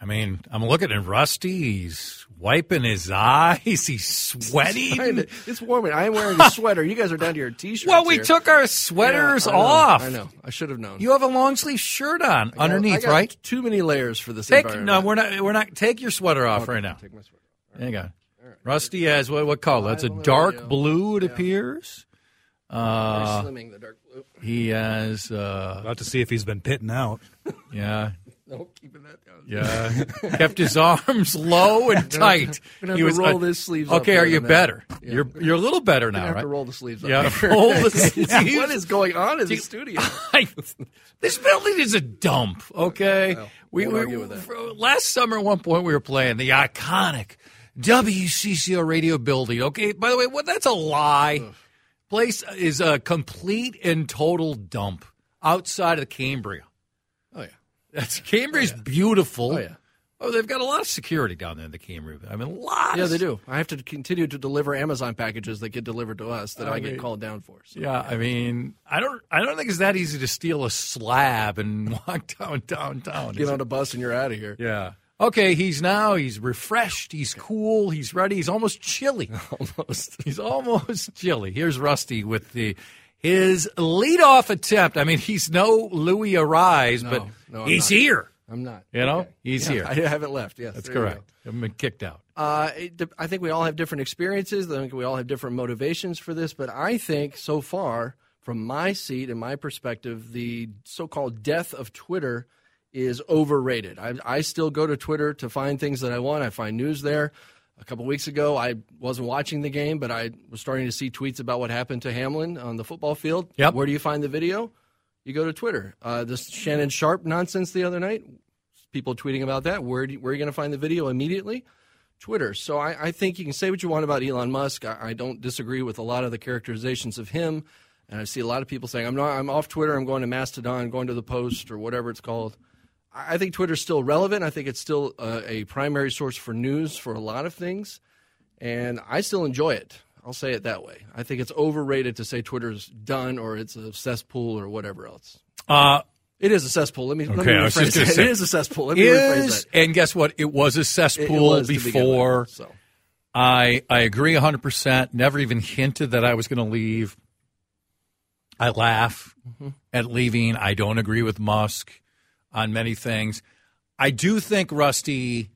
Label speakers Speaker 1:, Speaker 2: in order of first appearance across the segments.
Speaker 1: I mean, I'm looking at Rusty. He's wiping his eyes. He's sweating.
Speaker 2: It's warming. I am wearing a sweater. You guys are down to your t-shirts.
Speaker 1: Well, we
Speaker 2: here.
Speaker 1: took our sweaters
Speaker 2: Yeah, I know.
Speaker 1: off.
Speaker 2: I know. I should have known.
Speaker 1: You have a long sleeve shirt on
Speaker 2: I got- I
Speaker 1: underneath,
Speaker 2: got
Speaker 1: right?
Speaker 2: Too many layers for this
Speaker 1: Take
Speaker 2: environment.
Speaker 1: no, we're not. We're not. Take your sweater off right now.
Speaker 2: Take my sweater.
Speaker 1: Hang on. Rusty has what? What color? That's a
Speaker 2: Lilac,
Speaker 1: dark
Speaker 2: yeah.
Speaker 1: blue. It appears.
Speaker 2: Very
Speaker 1: Uh,
Speaker 2: slimming the dark blue.
Speaker 1: he has. Uh,
Speaker 3: About to see if he's been pitting out.
Speaker 1: yeah.
Speaker 2: No, keeping that down.
Speaker 1: Yeah, kept his arms low and tight. uh,
Speaker 2: gonna have to roll his sleeves up
Speaker 1: Okay,
Speaker 2: more
Speaker 1: are you
Speaker 2: than that.
Speaker 1: better?
Speaker 2: Yeah.
Speaker 1: You're you're a little better
Speaker 2: I
Speaker 1: now,
Speaker 2: have
Speaker 1: right?
Speaker 2: to roll the sleeves up.
Speaker 1: yeah,
Speaker 2: here.
Speaker 1: roll the
Speaker 2: what
Speaker 1: sleeves.
Speaker 2: is going on in the studio?
Speaker 1: I- this building is a dump. Okay,
Speaker 2: Well,
Speaker 1: we,
Speaker 2: won't
Speaker 1: we
Speaker 2: argue with that.
Speaker 1: for- last summer at one point we were playing the iconic WCCO radio building. Okay, by the way, what that's a lie. Place is a complete and total dump outside of Cambria.
Speaker 2: Oh yeah.
Speaker 1: That's Cambria's beautiful.
Speaker 2: Oh, yeah.
Speaker 1: Oh, they've got a lot of security down there in the Cambria. I mean, lots.
Speaker 2: Yeah, they do. I have to continue to deliver Amazon packages that get delivered to us that I, get called down for. So.
Speaker 1: Yeah, I mean, I don't, I don't think it's that easy to steal a slab and walk down downtown. is
Speaker 2: Get
Speaker 1: it?
Speaker 2: on a bus and you're out of here.
Speaker 1: yeah. Okay, he's now he's refreshed, he's cool, he's ready, he's almost chilly.
Speaker 2: Almost.
Speaker 1: He's almost chilly. Here's Rusty with the his leadoff attempt. I mean, he's no Louis Arise, but
Speaker 2: no, I'm
Speaker 1: he's
Speaker 2: not.
Speaker 1: here.
Speaker 2: I'm not.
Speaker 1: You know, he's here.
Speaker 2: I haven't left. Yes,
Speaker 1: That's
Speaker 2: there you go.
Speaker 1: correct. I've been kicked out.
Speaker 2: Uh, it, de- I think we all have different experiences. I think we all have different motivations for this. But I think so far, from my seat and my perspective, the so-called death of Twitter is overrated. I, I still go to Twitter to find things that I want. I find news there. A couple weeks ago, I wasn't watching the game, but I was starting to see tweets about what happened to Hamlin on the football field.
Speaker 1: Yep.
Speaker 2: Where do you find the video? You go to Twitter. Uh, this Shannon Sharp nonsense the other night, people tweeting about that. Where, do, where are you going to find the video immediately? Twitter. So I, I think you can say what you want about Elon Musk. I, I don't disagree with a lot of the characterizations of him. And I see a lot of people saying, I'm, not, I'm off Twitter, I'm going to Mastodon, going to the Post, or whatever it's called. I, I think Twitter's still relevant. I think it's still a, a primary source for news for a lot of things. And I still enjoy it. I'll say it that way. I think it's overrated to say Twitter's done or it's a cesspool or whatever else.
Speaker 1: Uh,
Speaker 2: It is a cesspool. Let me, let me
Speaker 1: Okay, I was
Speaker 2: rephrase
Speaker 1: just gonna
Speaker 2: that.
Speaker 1: say-
Speaker 2: it is a cesspool. Let me rephrase
Speaker 1: is
Speaker 2: that.
Speaker 1: and guess what? It was a
Speaker 2: It- it
Speaker 1: cesspool
Speaker 2: was to begin with,
Speaker 1: before.
Speaker 2: so.
Speaker 1: I I agree 100%. Never even hinted that I was going to leave. I laugh at leaving. I don't agree with Musk on many things. I do think Rusty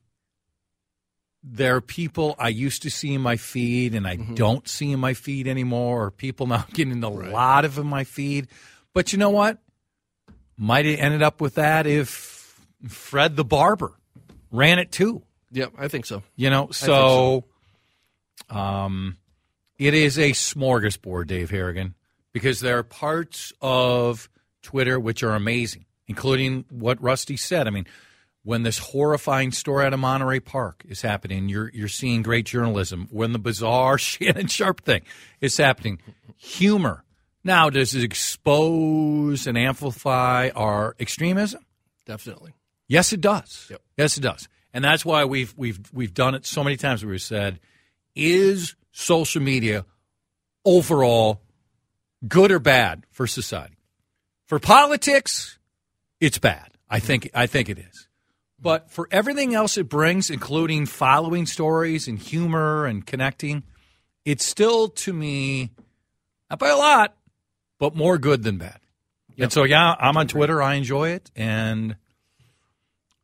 Speaker 1: there are people I used to see in my feed and I don't see in my feed anymore or people now getting a lot of in my feed. But you know what? Might have ended up with that if Fred the barber ran it too.
Speaker 2: Yep, I think so.
Speaker 1: You know, so, um, it is a smorgasbord, Dave Harrigan, because there are parts of Twitter which are amazing, including what Rusty said. I mean, when this horrifying story out of Monterey Park is happening, you're you're seeing great journalism. When the bizarre Shannon Sharp thing is happening, humor. Now, does it expose and amplify our extremism?
Speaker 2: Definitely.
Speaker 1: Yes, it does.
Speaker 2: Yep.
Speaker 1: Yes, it does. And that's why we've we've we've done it so many times. We've said, is social media overall good or bad for society? For politics, it's bad. I think I think it is. But for everything else it brings, including following stories and humor and connecting, it's still to me not by a lot, but more good than bad. And so yeah, I'm on Twitter. I enjoy it, and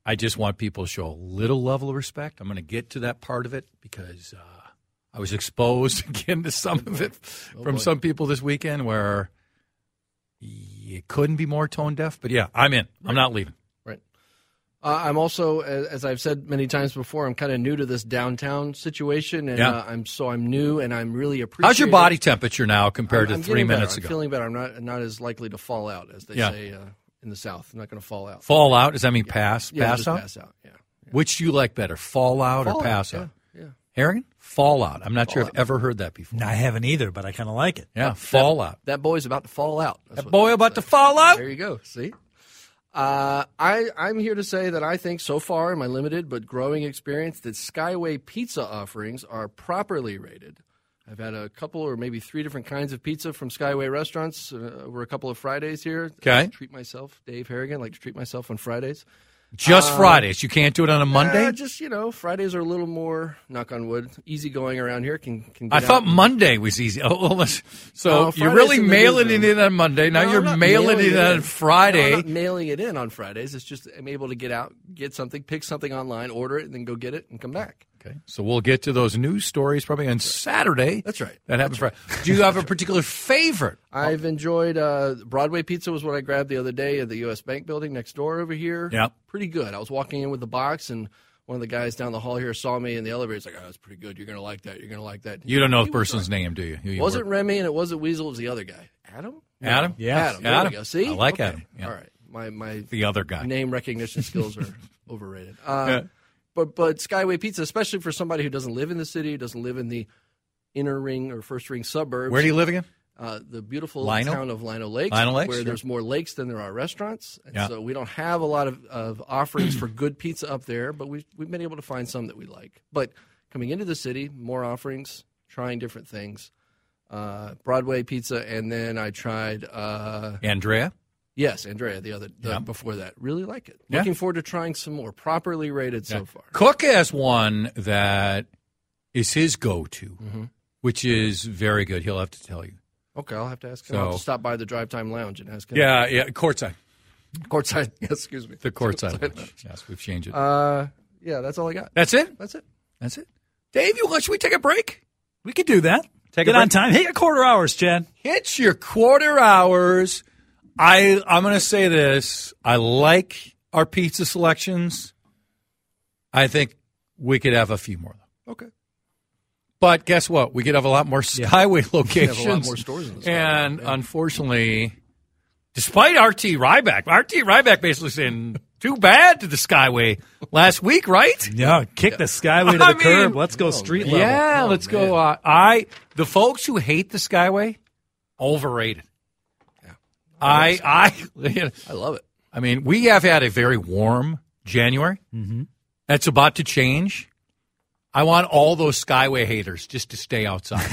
Speaker 1: I just want people to show a little level of respect. I'm going to get to that part of it because uh, I was exposed again to some of it
Speaker 2: Oh,
Speaker 1: from some people this weekend where it couldn't be more tone deaf. But yeah, I'm in. I'm not leaving.
Speaker 2: Right. Uh, I'm also, as, as I've said many times before, I'm kind of new to this downtown situation, and
Speaker 1: Yeah.
Speaker 2: uh, I'm so I'm new, and I'm really appreciating.
Speaker 1: How's your body temperature now compared
Speaker 2: I'm
Speaker 1: to three
Speaker 2: getting better.
Speaker 1: minutes
Speaker 2: I'm
Speaker 1: ago?
Speaker 2: feeling better. I'm not not as likely to fall out as they
Speaker 1: Yeah.
Speaker 2: say uh, in the South. I'm not going to fall out.
Speaker 1: Fallout? Does that mean pass?
Speaker 2: yeah,
Speaker 1: pass
Speaker 2: just
Speaker 1: out?
Speaker 2: pass out. Yeah.
Speaker 1: Which do you like better, fallout, or pass out?
Speaker 2: Yeah. yeah.
Speaker 1: Harrigan? Fallout. I'm not sure I've ever heard that before.
Speaker 3: I haven't either, but I kind of like it.
Speaker 1: Yeah, fallout.
Speaker 2: That boy's about to fall out. That's
Speaker 1: That
Speaker 2: what
Speaker 1: boy about to fall out?
Speaker 2: There you go. See? Uh, I, I'm here to say that I think so far in my limited but growing experience that Skyway pizza offerings are properly rated. I've had a couple or maybe three different kinds of pizza from Skyway restaurants uh, over a couple of Fridays here.
Speaker 1: Okay.
Speaker 2: I treat myself, Dave Harrigan, like to treat myself on Fridays.
Speaker 1: Just Fridays. You can't do it on a Monday?
Speaker 2: Uh, just, you know, Fridays are a little more, knock on wood, easy going around here. Can, can
Speaker 1: I
Speaker 2: get
Speaker 1: thought
Speaker 2: out and-
Speaker 1: Monday was easy. Oh, well, let's- so
Speaker 2: No,
Speaker 1: you're
Speaker 2: Oh, Friday's
Speaker 1: really
Speaker 2: in the
Speaker 1: mailing it in
Speaker 2: newsroom.
Speaker 1: on Monday. Now
Speaker 2: No,
Speaker 1: you're
Speaker 2: I'm not
Speaker 1: mailing, it in on
Speaker 2: in.
Speaker 1: Friday.
Speaker 2: No, I'm not mailing it in on Fridays. It's just I'm able to get out, get something, pick something online, order it, and then go get it and come back.
Speaker 1: okay. So we'll get to those news stories probably on Saturday.
Speaker 2: That's right.
Speaker 1: That happens Friday. Do you have a particular favorite?
Speaker 2: I've enjoyed uh, Broadway pizza was what I grabbed the other day at the U.S. Bank building next door over here.
Speaker 1: Yep.
Speaker 2: pretty good. I was walking in with the box and. One of the guys down the hall here saw me in the elevator. He's like, "Oh, that's pretty good. You're gonna like that. You're gonna like that."
Speaker 1: You don't know the person's name, do you? Who you
Speaker 2: It wasn't
Speaker 1: work-
Speaker 2: Remy and it wasn't Weasel. It was the other guy, Adam.
Speaker 1: Adam?
Speaker 3: Yeah.
Speaker 2: Adam. There
Speaker 1: Adam.
Speaker 2: we go. See,
Speaker 1: I like
Speaker 2: Okay.
Speaker 1: Adam. Yeah.
Speaker 2: All right, my my
Speaker 1: The other guy.
Speaker 2: name recognition skills are overrated. Uh,
Speaker 1: Yeah.
Speaker 2: But but Skyway Pizza, especially for somebody who doesn't live in the city, who doesn't live in the inner ring or first ring suburbs.
Speaker 1: Where do you live again?
Speaker 2: Uh, the beautiful
Speaker 1: Lino?
Speaker 2: town of Lino Lakes,
Speaker 1: Lino Lakes,
Speaker 2: where
Speaker 1: sure.
Speaker 2: there's more lakes than there are restaurants, and
Speaker 1: Yeah.
Speaker 2: so we don't have a lot of, of offerings for good pizza up there. But we've we've been able to find some that we like. But coming into the city, more offerings, trying different things. Uh, Broadway pizza, and then I tried uh,
Speaker 1: Andrea?
Speaker 2: Yes, Andrea, the other the,
Speaker 1: Yeah.
Speaker 2: before that. Really like it.
Speaker 1: Yeah.
Speaker 2: Looking forward to trying some more. Properly rated so far.
Speaker 1: Cook has one that is his go to,
Speaker 2: Mm-hmm.
Speaker 1: which is very good. He'll have to tell you.
Speaker 2: Okay, I'll have to ask him. I'll have to
Speaker 1: So-
Speaker 2: stop by the drive time lounge and ask him.
Speaker 1: Yeah, yeah. Courtside.
Speaker 2: Courtside. Yes, excuse me.
Speaker 1: The courtside. lunch. yes, we've changed it.
Speaker 2: Uh yeah, that's all I got.
Speaker 1: That's it?
Speaker 2: That's it.
Speaker 1: That's it. Dave, you should we take a break?
Speaker 3: We could do that.
Speaker 1: Take a
Speaker 3: Get on
Speaker 1: break.
Speaker 3: time. Hey, a quarter hours, Chad.
Speaker 1: Hit your quarter hours. I I'm gonna say this. I like our pizza selections. I think we could have a few more.
Speaker 2: Okay.
Speaker 1: But guess what? We could have a lot more Skyway locations.
Speaker 2: more stores in the Skyway,
Speaker 1: and unfortunately, despite RT Ryback, RT Ryback basically saying too bad to the Skyway last week, right?
Speaker 3: Yeah, kick the skyway to the
Speaker 1: I mean-
Speaker 3: curb. Let's go street level.
Speaker 1: Yeah, let's go. Uh, I the folks who hate the Skyway overrated. I I
Speaker 2: I love it.
Speaker 1: I mean, we have had a very warm January. Mm-hmm. That's about to change. I want all those Skyway haters just to stay outside.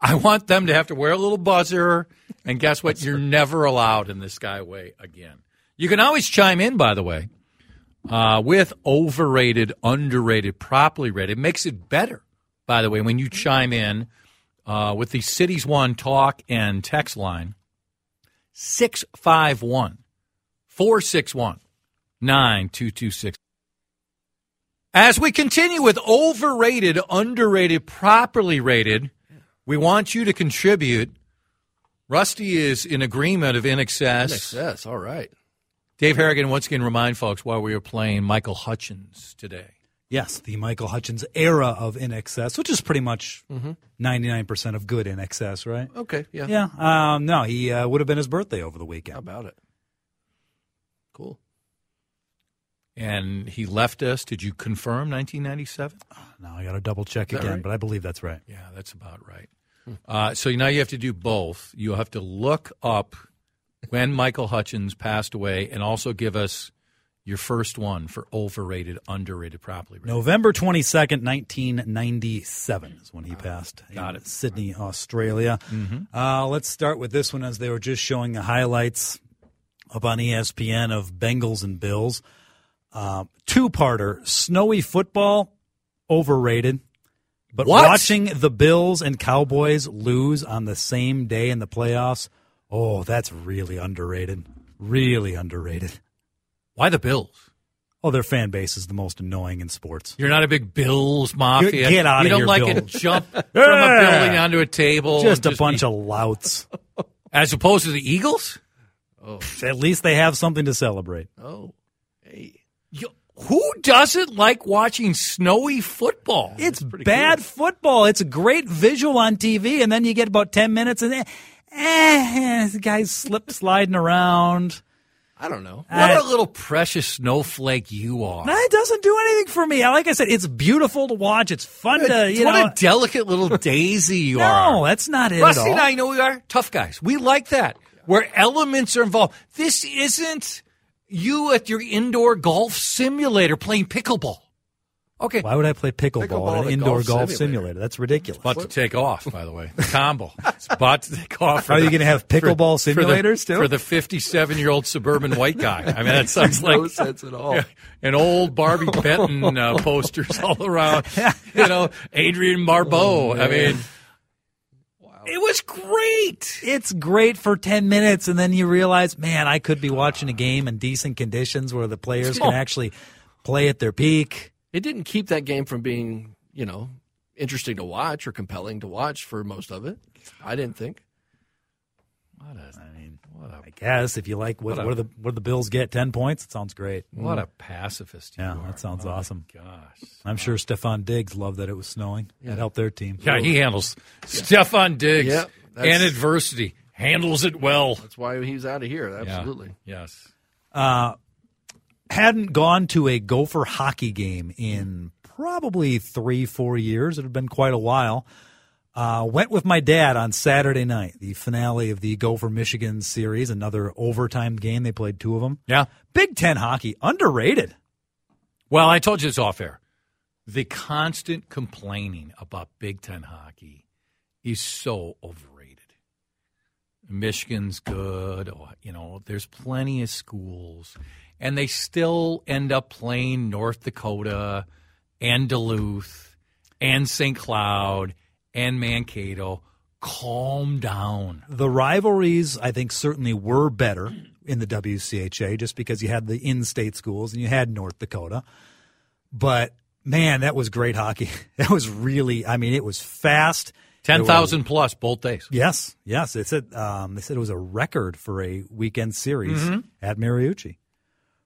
Speaker 1: I want them to have to wear a little buzzer. And guess what? You're never allowed in the Skyway again. You can always chime in, by the way, uh, with overrated, underrated, properly rated. It makes it better, by the way, when you chime in uh, with the Cities One talk and text line 651 461 9226. As we continue with overrated, underrated, properly rated, we want you to contribute. Rusty is in agreement of in excess.
Speaker 2: Yes, all right.
Speaker 1: Dave Harrigan once again remind folks why we are playing Michael Hutchins today.
Speaker 3: Yes, the Michael Hutchins era of NXS, which is pretty much 99% of good NXS, right?
Speaker 2: Okay, Mm-hmm. yeah.
Speaker 3: Yeah. Um, no, he uh, would have been his birthday over the weekend.
Speaker 2: How about it? Cool.
Speaker 1: And he left us. Did you confirm 1997?
Speaker 3: Now I got to double check
Speaker 2: that
Speaker 3: again,
Speaker 2: right?
Speaker 3: but I believe that's right.
Speaker 1: Yeah, that's about right. Uh, so now you have to do both. You have to look up when Michael Hutchins passed away and also give us your first one for overrated, underrated, properly rated.
Speaker 3: November 22nd, 1997 is when he passed in Sydney, Australia. Uh, let's start with this one as they were just showing the highlights up on E ESPN of Bengals and Bills. Uh, Two parter, snowy football, overrated. But
Speaker 1: What?
Speaker 3: watching the Bills and Cowboys lose on the same day in the playoffs, oh, that's really underrated. Really underrated.
Speaker 1: Why the Bills?
Speaker 3: Oh, their fan base is the most annoying in sports.
Speaker 1: You're not a big Bills mafia.
Speaker 3: Get- get outta
Speaker 1: You don't
Speaker 3: here,
Speaker 1: like a
Speaker 3: Bills.
Speaker 1: jump from a
Speaker 3: Yeah.
Speaker 1: building onto a table.
Speaker 3: Just a
Speaker 1: and
Speaker 3: bunch
Speaker 1: be-
Speaker 3: of louts.
Speaker 1: As opposed to the Eagles?
Speaker 3: At least they have something to celebrate.
Speaker 2: Oh, hey.
Speaker 1: You- who doesn't like watching snowy football?
Speaker 3: It's bad football. It's a great visual on TV, and then you get about ten minutes, and eh, eh, the guy's slip sliding around.
Speaker 2: I don't know.
Speaker 1: What
Speaker 3: Uh,
Speaker 1: a little precious snowflake you are.
Speaker 3: Nah, It doesn't do anything for me. Like I said, it's beautiful to watch. It's fun to you
Speaker 1: what
Speaker 3: know.
Speaker 1: a delicate little daisy you are.
Speaker 3: no, that's not it
Speaker 1: Rusty
Speaker 3: at all.
Speaker 1: and I know we are tough guys. We like that. Where elements are involved. This isn't you at your indoor golf simulator playing pickleball. Okay.
Speaker 3: Why would I play pickleball,
Speaker 2: Pickleball
Speaker 3: at
Speaker 2: at
Speaker 3: an
Speaker 2: a
Speaker 3: indoor golf,
Speaker 2: golf
Speaker 3: simulator.
Speaker 2: simulator?
Speaker 3: That's ridiculous.
Speaker 1: about to take off, by the way. Combo. It's about to take off. for
Speaker 3: Are you
Speaker 1: the-
Speaker 3: gonna have
Speaker 1: for-
Speaker 3: pickleball
Speaker 1: for the-
Speaker 3: simulators, too?
Speaker 1: For the 57 year old suburban white guy. I mean, that sounds like
Speaker 2: no sense at all.
Speaker 1: and old Barbie Benton uh, posters all around. You know, Adrian
Speaker 2: Oh,
Speaker 1: Barbeau. I mean, it was great.
Speaker 3: it's great for 10 minutes and then you realize man i could be watching a game in decent conditions where the players can actually play at their peak
Speaker 2: It didn't keep that game from being, you know, interesting to watch or compelling to watch for most of it. I didn't think.
Speaker 3: i guess if you like what, what, are the what do the bills get 10 points it sounds great
Speaker 1: What
Speaker 2: mm.
Speaker 1: a pacifist you
Speaker 3: yeah
Speaker 1: are.
Speaker 3: that sounds awesome
Speaker 1: Gosh.
Speaker 3: i'm sure stefan diggs loved that it was snowing that helped their team
Speaker 1: Yeah, he handles Stefan Diggs
Speaker 2: Yeah, that's-
Speaker 1: and adversity. Handles it well.
Speaker 2: That's why he's out of here. Absolutely.
Speaker 1: Yeah. Yes.
Speaker 3: hadn't gone to a gopher hockey game in probably three four years it had been quite a while Uh, went with my dad on Saturday night, the finale of the Gopher Michigan series, another overtime game. They played two of them.
Speaker 1: Yeah.
Speaker 3: Big Ten hockey, underrated.
Speaker 1: Well, I told you it's off air. The constant complaining about Big Ten hockey is so overrated. Michigan's good, or, you know, there's plenty of schools, and they still end up playing North Dakota and Duluth and St. Cloud and Mankato. Calm down.
Speaker 3: The rivalries, I think, certainly were better in the WCHA just because you had the in state schools and you had North Dakota. But man, that was great hockey. That was really, I mean, it was fast. There were-
Speaker 1: 10,000 plus both days.
Speaker 3: Yes, yes. It said um, they said it was a record for a weekend series at Mariucci.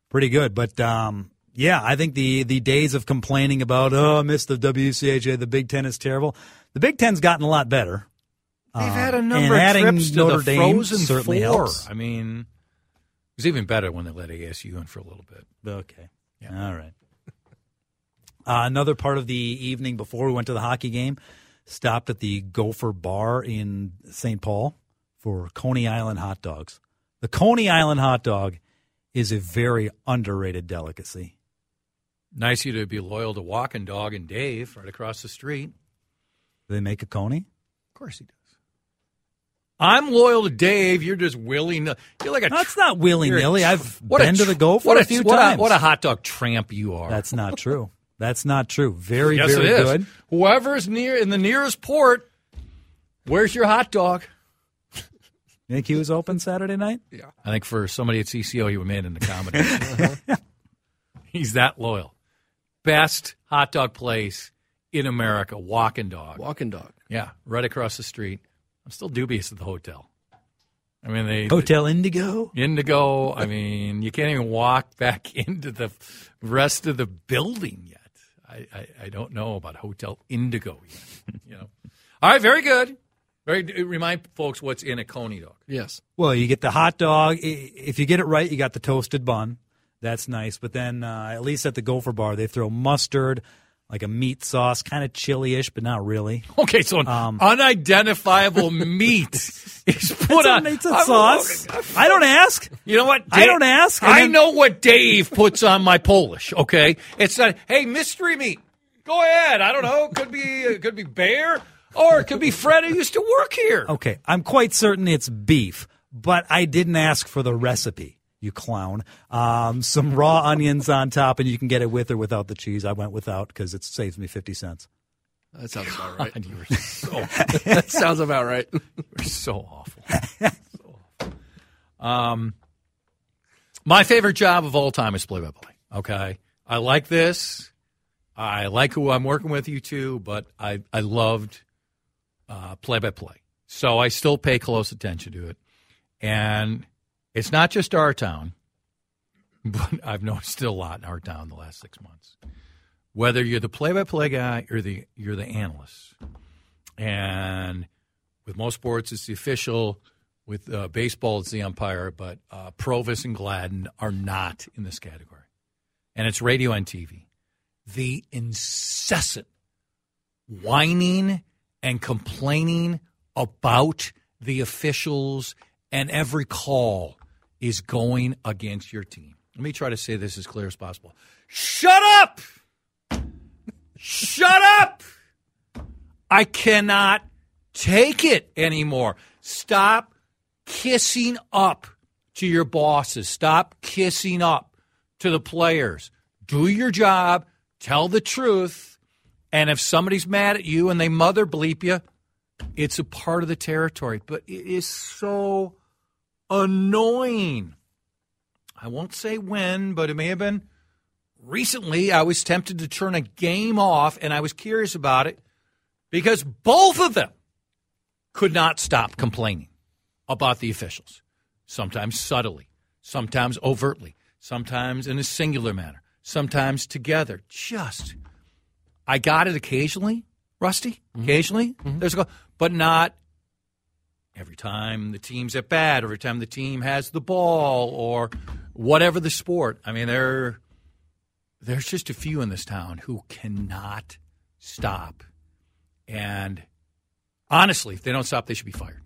Speaker 3: Pretty good, but um, yeah, I think the the days of complaining about oh, I missed the WCHA, the Big Ten is terrible. The Big Ten's gotten a lot better.
Speaker 1: They've
Speaker 3: Uh,
Speaker 1: had a
Speaker 3: and
Speaker 1: number of
Speaker 3: adding
Speaker 1: trips Um, to
Speaker 3: Notre
Speaker 1: the
Speaker 3: Dame
Speaker 1: Frozen
Speaker 3: certainly
Speaker 1: Four.
Speaker 3: helps.
Speaker 1: I mean, it was even better when they let ASU in for a little bit.
Speaker 3: Okay, all right. Uh, another part of the evening before we went to the hockey game, stopped at the Gopher Bar in St. Paul for Coney Island hot dogs. The Coney Island hot dog is a very underrated delicacy.
Speaker 1: Nice of you to be loyal to Walking Dog and Dave right across the street.
Speaker 3: Do they make a Coney?
Speaker 1: Of course he does. I'm loyal to Dave. You're just willing. To, you're like a.
Speaker 3: That's not willy
Speaker 1: you're a
Speaker 3: nilly.
Speaker 1: tr-
Speaker 3: I've
Speaker 1: what
Speaker 3: been to
Speaker 1: tr-
Speaker 3: the Gopher
Speaker 1: what
Speaker 3: a few
Speaker 1: what
Speaker 3: times.
Speaker 1: what a hot dog tramp you are.
Speaker 3: That's not true. That's not true. Very,
Speaker 1: yes,
Speaker 3: very
Speaker 1: it is.
Speaker 3: good.
Speaker 1: Whoever is near in the nearest port, where's your hot dog?
Speaker 3: You think he was open Saturday night?
Speaker 1: I think for somebody at CCO, he would made in the comedy. He's that loyal. Best hot dog place in America, Walking Dog.
Speaker 2: Walking dog.
Speaker 1: Yeah, right across the street. I'm still dubious of the hotel. I mean, they
Speaker 3: Hotel Indigo.
Speaker 1: Indigo. I mean, you can't even walk back into the rest of the building yet. I, I, I don't know about Hotel Indigo yet. You know. All right, very good. Very remind folks what's in a Coney dog.
Speaker 2: Yes.
Speaker 3: Well, you get the hot dog. I- If you get it right, you got the toasted bun. That's nice. But then, uh, at least at the Gopher Bar, they throw mustard like a meat sauce, kind of chili-ish, but not really.
Speaker 1: Okay, so an unidentifiable meat is put
Speaker 3: Um, It's a,
Speaker 1: on.
Speaker 3: it's a
Speaker 1: I'm-
Speaker 3: sauce. I don't ask.
Speaker 1: You know what?
Speaker 3: I don't ask, and
Speaker 1: I
Speaker 3: then-
Speaker 1: know what Dave puts on my Polish. Okay, it's not. Hey, mystery meat. Go ahead. I don't know. It Could be. It could be bear, or it could be Fred who used to work here.
Speaker 3: Okay, I'm quite certain it's beef, but I didn't ask for the recipe, you clown. Um, some raw onions on top, and you can get it with or without the cheese. I went without because it saves me 50 cents.
Speaker 2: That sounds about right.
Speaker 1: And you were so
Speaker 2: that sounds about right.
Speaker 1: so awful. so awful. Um, my favorite job of all time is play by play. Okay. I like this. I like who I'm working with, you two, but I, I loved uh, play by play. So I still pay close attention to it. And it's not just our town, but I've noticed it a lot in our town the last six months. Whether you're the play by play guy or the you're the analyst. And with most sports, it's the official. With uh, baseball, it's the umpire. But uh, Provis and Gladden are not in this category, and it's radio and TV. The incessant whining and complaining about the officials and every call is going against your team. Let me try to say this as clear as possible. Shut up! Shut up! I cannot take it anymore. Stop kissing up to your bosses. Stop kissing up to the players. Do your job, tell the truth, and if somebody's mad at you and they mother bleep you, it's a part of the territory. But it is so annoying. I won't say when, but it may have been recently. I was tempted to turn a game off and I was curious about it because both of them could not stop complaining about the officials, sometimes subtly, sometimes overtly, sometimes in a singular manner, sometimes together. Just, I got it occasionally, Rusty, occasionally. There's a go, but not every time the team's at bat, every time the team has the ball, or whatever the sport. I mean, there, there's just a few in this town who cannot stop. And honestly, if they don't stop, they should be fired.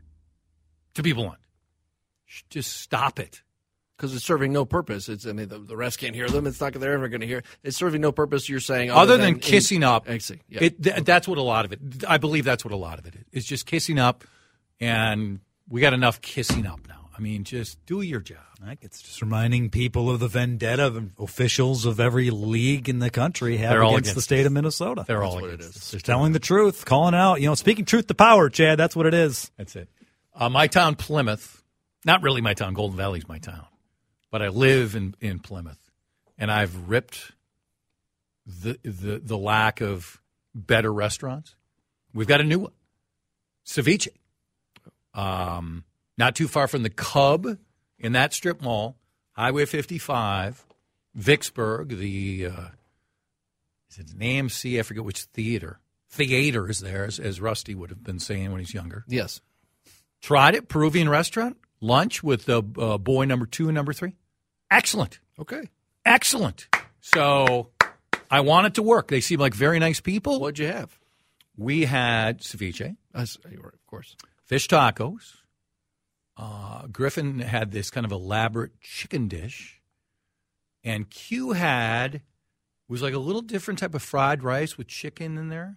Speaker 1: To be blunt, Sh- just stop it.
Speaker 2: Because it's serving no purpose. It's I mean the, the rest can't hear them. It's not they're ever going to hear. It's serving no purpose. You're saying
Speaker 1: Other than, kissing up,
Speaker 2: I see. Yeah.
Speaker 1: it, th- that's what a lot of it. I believe that's what a lot of it is. It's just kissing up, and we got enough kissing up now. I mean, just do your job.
Speaker 3: Like, It's just reminding people of the vendetta of officials of every league in the country have
Speaker 1: They're all
Speaker 3: against the
Speaker 1: against
Speaker 3: state of Minnesota.
Speaker 1: They're all
Speaker 2: what it
Speaker 1: against
Speaker 2: is.
Speaker 1: us.
Speaker 3: Just telling the truth, calling out, you know, speaking truth to power, Chad. That's what it is.
Speaker 1: That's it. Uh, my town, Plymouth. Not really my town. Golden Valley's my town, but I live in, in Plymouth, and I've ripped the the the lack of better restaurants. We've got a new one, ceviche. Um, not too far from the Cub in that strip mall, Highway 55, Vicksburg. The uh, is it an AMC? I forget which theater. Theater is there, as, as Rusty would have been saying when he's younger
Speaker 2: yes.
Speaker 1: tried it peruvian restaurant lunch with the uh, boy number two and number three excellent
Speaker 2: Okay.
Speaker 1: excellent so i want it to work they seem like very nice people
Speaker 2: What'd you have?
Speaker 1: we had ceviche
Speaker 2: I s- you're right, of course.
Speaker 1: fish tacos uh, griffin had this kind of elaborate chicken dish and q had was like a little different type of fried rice with chicken in there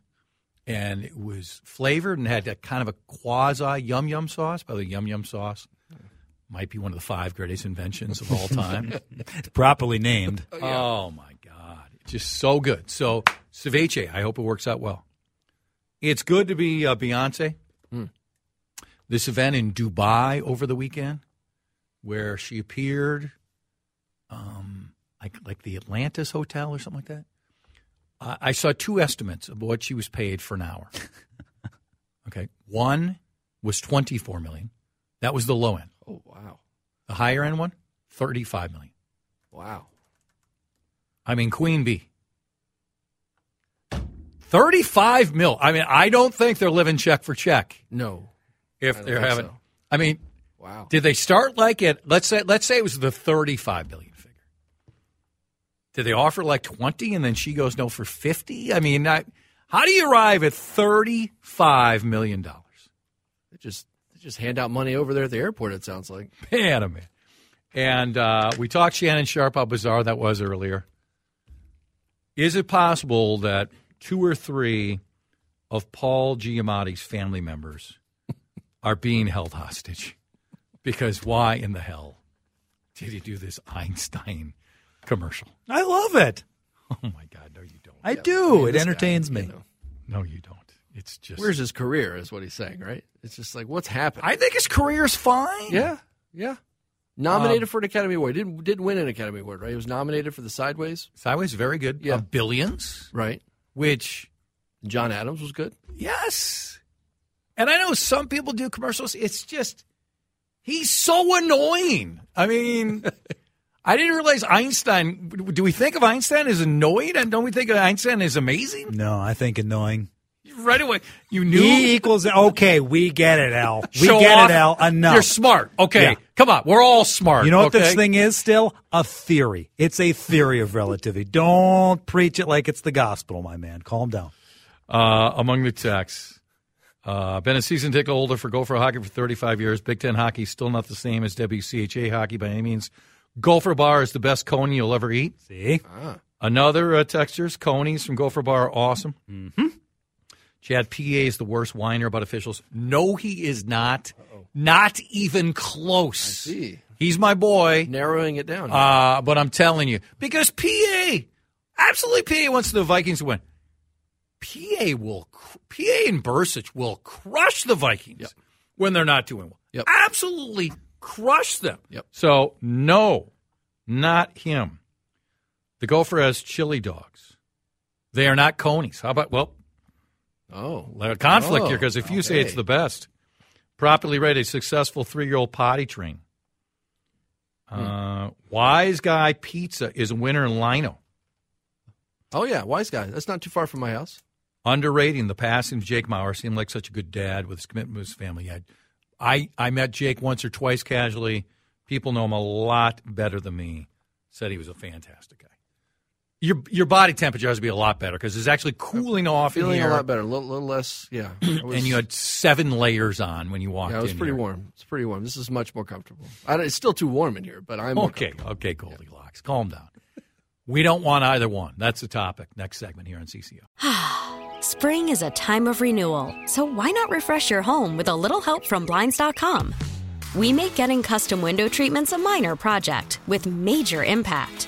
Speaker 1: and it was flavored and had a kind of a quasi yum yum sauce by the yum yum sauce might be one of the five greatest inventions of all time
Speaker 3: It's properly named.
Speaker 1: Oh my God. It's Just so good. So ceviche, I hope it works out well. It's good to be uh, Beyonce. This event in Dubai over the weekend where she appeared, um, like, like the Atlantis Hotel or something like that. I I saw two estimates of what she was paid for an hour. okay. One was 24 million. That was the low end.
Speaker 2: Oh wow.
Speaker 1: The higher end one, 35 million.
Speaker 2: Wow.
Speaker 1: I mean, Queen Bee. 35 mil. I mean, I don't think they're living check for check
Speaker 2: No. I
Speaker 1: if
Speaker 2: don't
Speaker 1: they're
Speaker 2: think
Speaker 1: having.
Speaker 2: so.
Speaker 1: I mean,
Speaker 2: Wow.
Speaker 1: did they start like it? Let's say let's say it was the 35 billion figure. Did they offer like 20 and then she goes no for 50? I mean, I, how do you arrive at $35 million?
Speaker 2: They just they just hand out money over there at the airport. It sounds like
Speaker 1: Man, oh man. And uh, we talked Shannon Sharp how bizarre that was earlier. Is it possible that two or three of Paul Giamatti's family members are being held hostage? Because why in the hell did he do this Einstein commercial?
Speaker 3: I love it.
Speaker 1: Oh my God, no, you don't.
Speaker 3: I do. it entertains me.
Speaker 1: No, you don't. It's just.
Speaker 2: Where's his career? Is what he's saying, right? It's just like what's happened.
Speaker 1: I think his career's fine.
Speaker 2: yeah, yeah.
Speaker 1: Um,
Speaker 2: Nominated for an Academy Award. Didn't did win an Academy Award, right? He was nominated for The Sideways,
Speaker 1: Sideways, very good.
Speaker 2: Yeah.
Speaker 1: Uh, billions,
Speaker 2: right?
Speaker 1: which
Speaker 2: John Adams was good.
Speaker 1: Yes. And I know some people do commercials. It's just, he's so annoying. I mean, I didn't realize Einstein. Do we think of Einstein as annoying? And don't we think of Einstein as amazing?
Speaker 3: No, I think annoying.
Speaker 1: Right away, you knew.
Speaker 3: E equals okay. We get it, Al. We
Speaker 1: Show
Speaker 3: get
Speaker 1: off.
Speaker 3: it, Al. Enough.
Speaker 1: You're smart. Okay.
Speaker 3: Yeah.
Speaker 1: Come on. We're all smart.
Speaker 3: You know what this
Speaker 1: okay?
Speaker 3: thing is still? A theory. It's a theory of relativity. Don't preach it like it's the gospel, my man. Calm down.
Speaker 1: uh, among the texts. Uh, been a season ticket holder for Gopher hockey for 35 years. Big Ten hockey still not the same as WCHA hockey by any means. Gopher Bar is the best cone you'll ever eat.
Speaker 3: See?
Speaker 1: Another uh, textures, Coney's from Gopher Bar, are awesome. Mm-hmm. Chad PA is the worst whiner about officials. No, he is not. Not even close.
Speaker 2: see.
Speaker 1: He's my boy.
Speaker 2: Narrowing it down.
Speaker 1: Uh, but I'm telling you, because PA, absolutely PA wants the Vikings to win. PA will, cr- PA and Bursich will crush the Vikings when they're not doing well.
Speaker 2: Yep.
Speaker 1: Absolutely crush them.
Speaker 2: Yep.
Speaker 1: So, no, not him. The Gopher has chili dogs. They are not conies. How about, well,
Speaker 2: oh,
Speaker 1: a conflict
Speaker 2: Oh,
Speaker 1: here because if you say it's
Speaker 2: okay.
Speaker 1: the best, properly read a successful three year old potty train.
Speaker 2: Hmm.
Speaker 1: Uh, wise Guy Pizza is a winner in Lino.
Speaker 2: oh yeah, wise guy. That's not too far from my house.
Speaker 1: Underrating the passing of Jake Maurer seemed like such a good dad with his commitment to his family. I, I, I met Jake once or twice casually. People know him a lot better than me. Said he was a fantastic guy. Your your body temperature has to be a lot better because it's actually cooling off. in
Speaker 2: Feeling
Speaker 1: here,
Speaker 2: a lot better. A little, little less. Yeah. I was-
Speaker 1: and you had seven layers on when you walked
Speaker 2: Yeah,
Speaker 1: in.
Speaker 2: it was pretty
Speaker 1: here.
Speaker 2: warm. It's pretty warm. This is much more comfortable. I don't, it's still too warm in here, but I'm more
Speaker 1: okay, okay, Goldilocks, calm down. We don't want either one. That's the topic. Next segment here on CCO.
Speaker 4: Spring is a time of renewal, so why not refresh your home with a little help from Blinds.com? We make getting custom window treatments a minor project with major impact.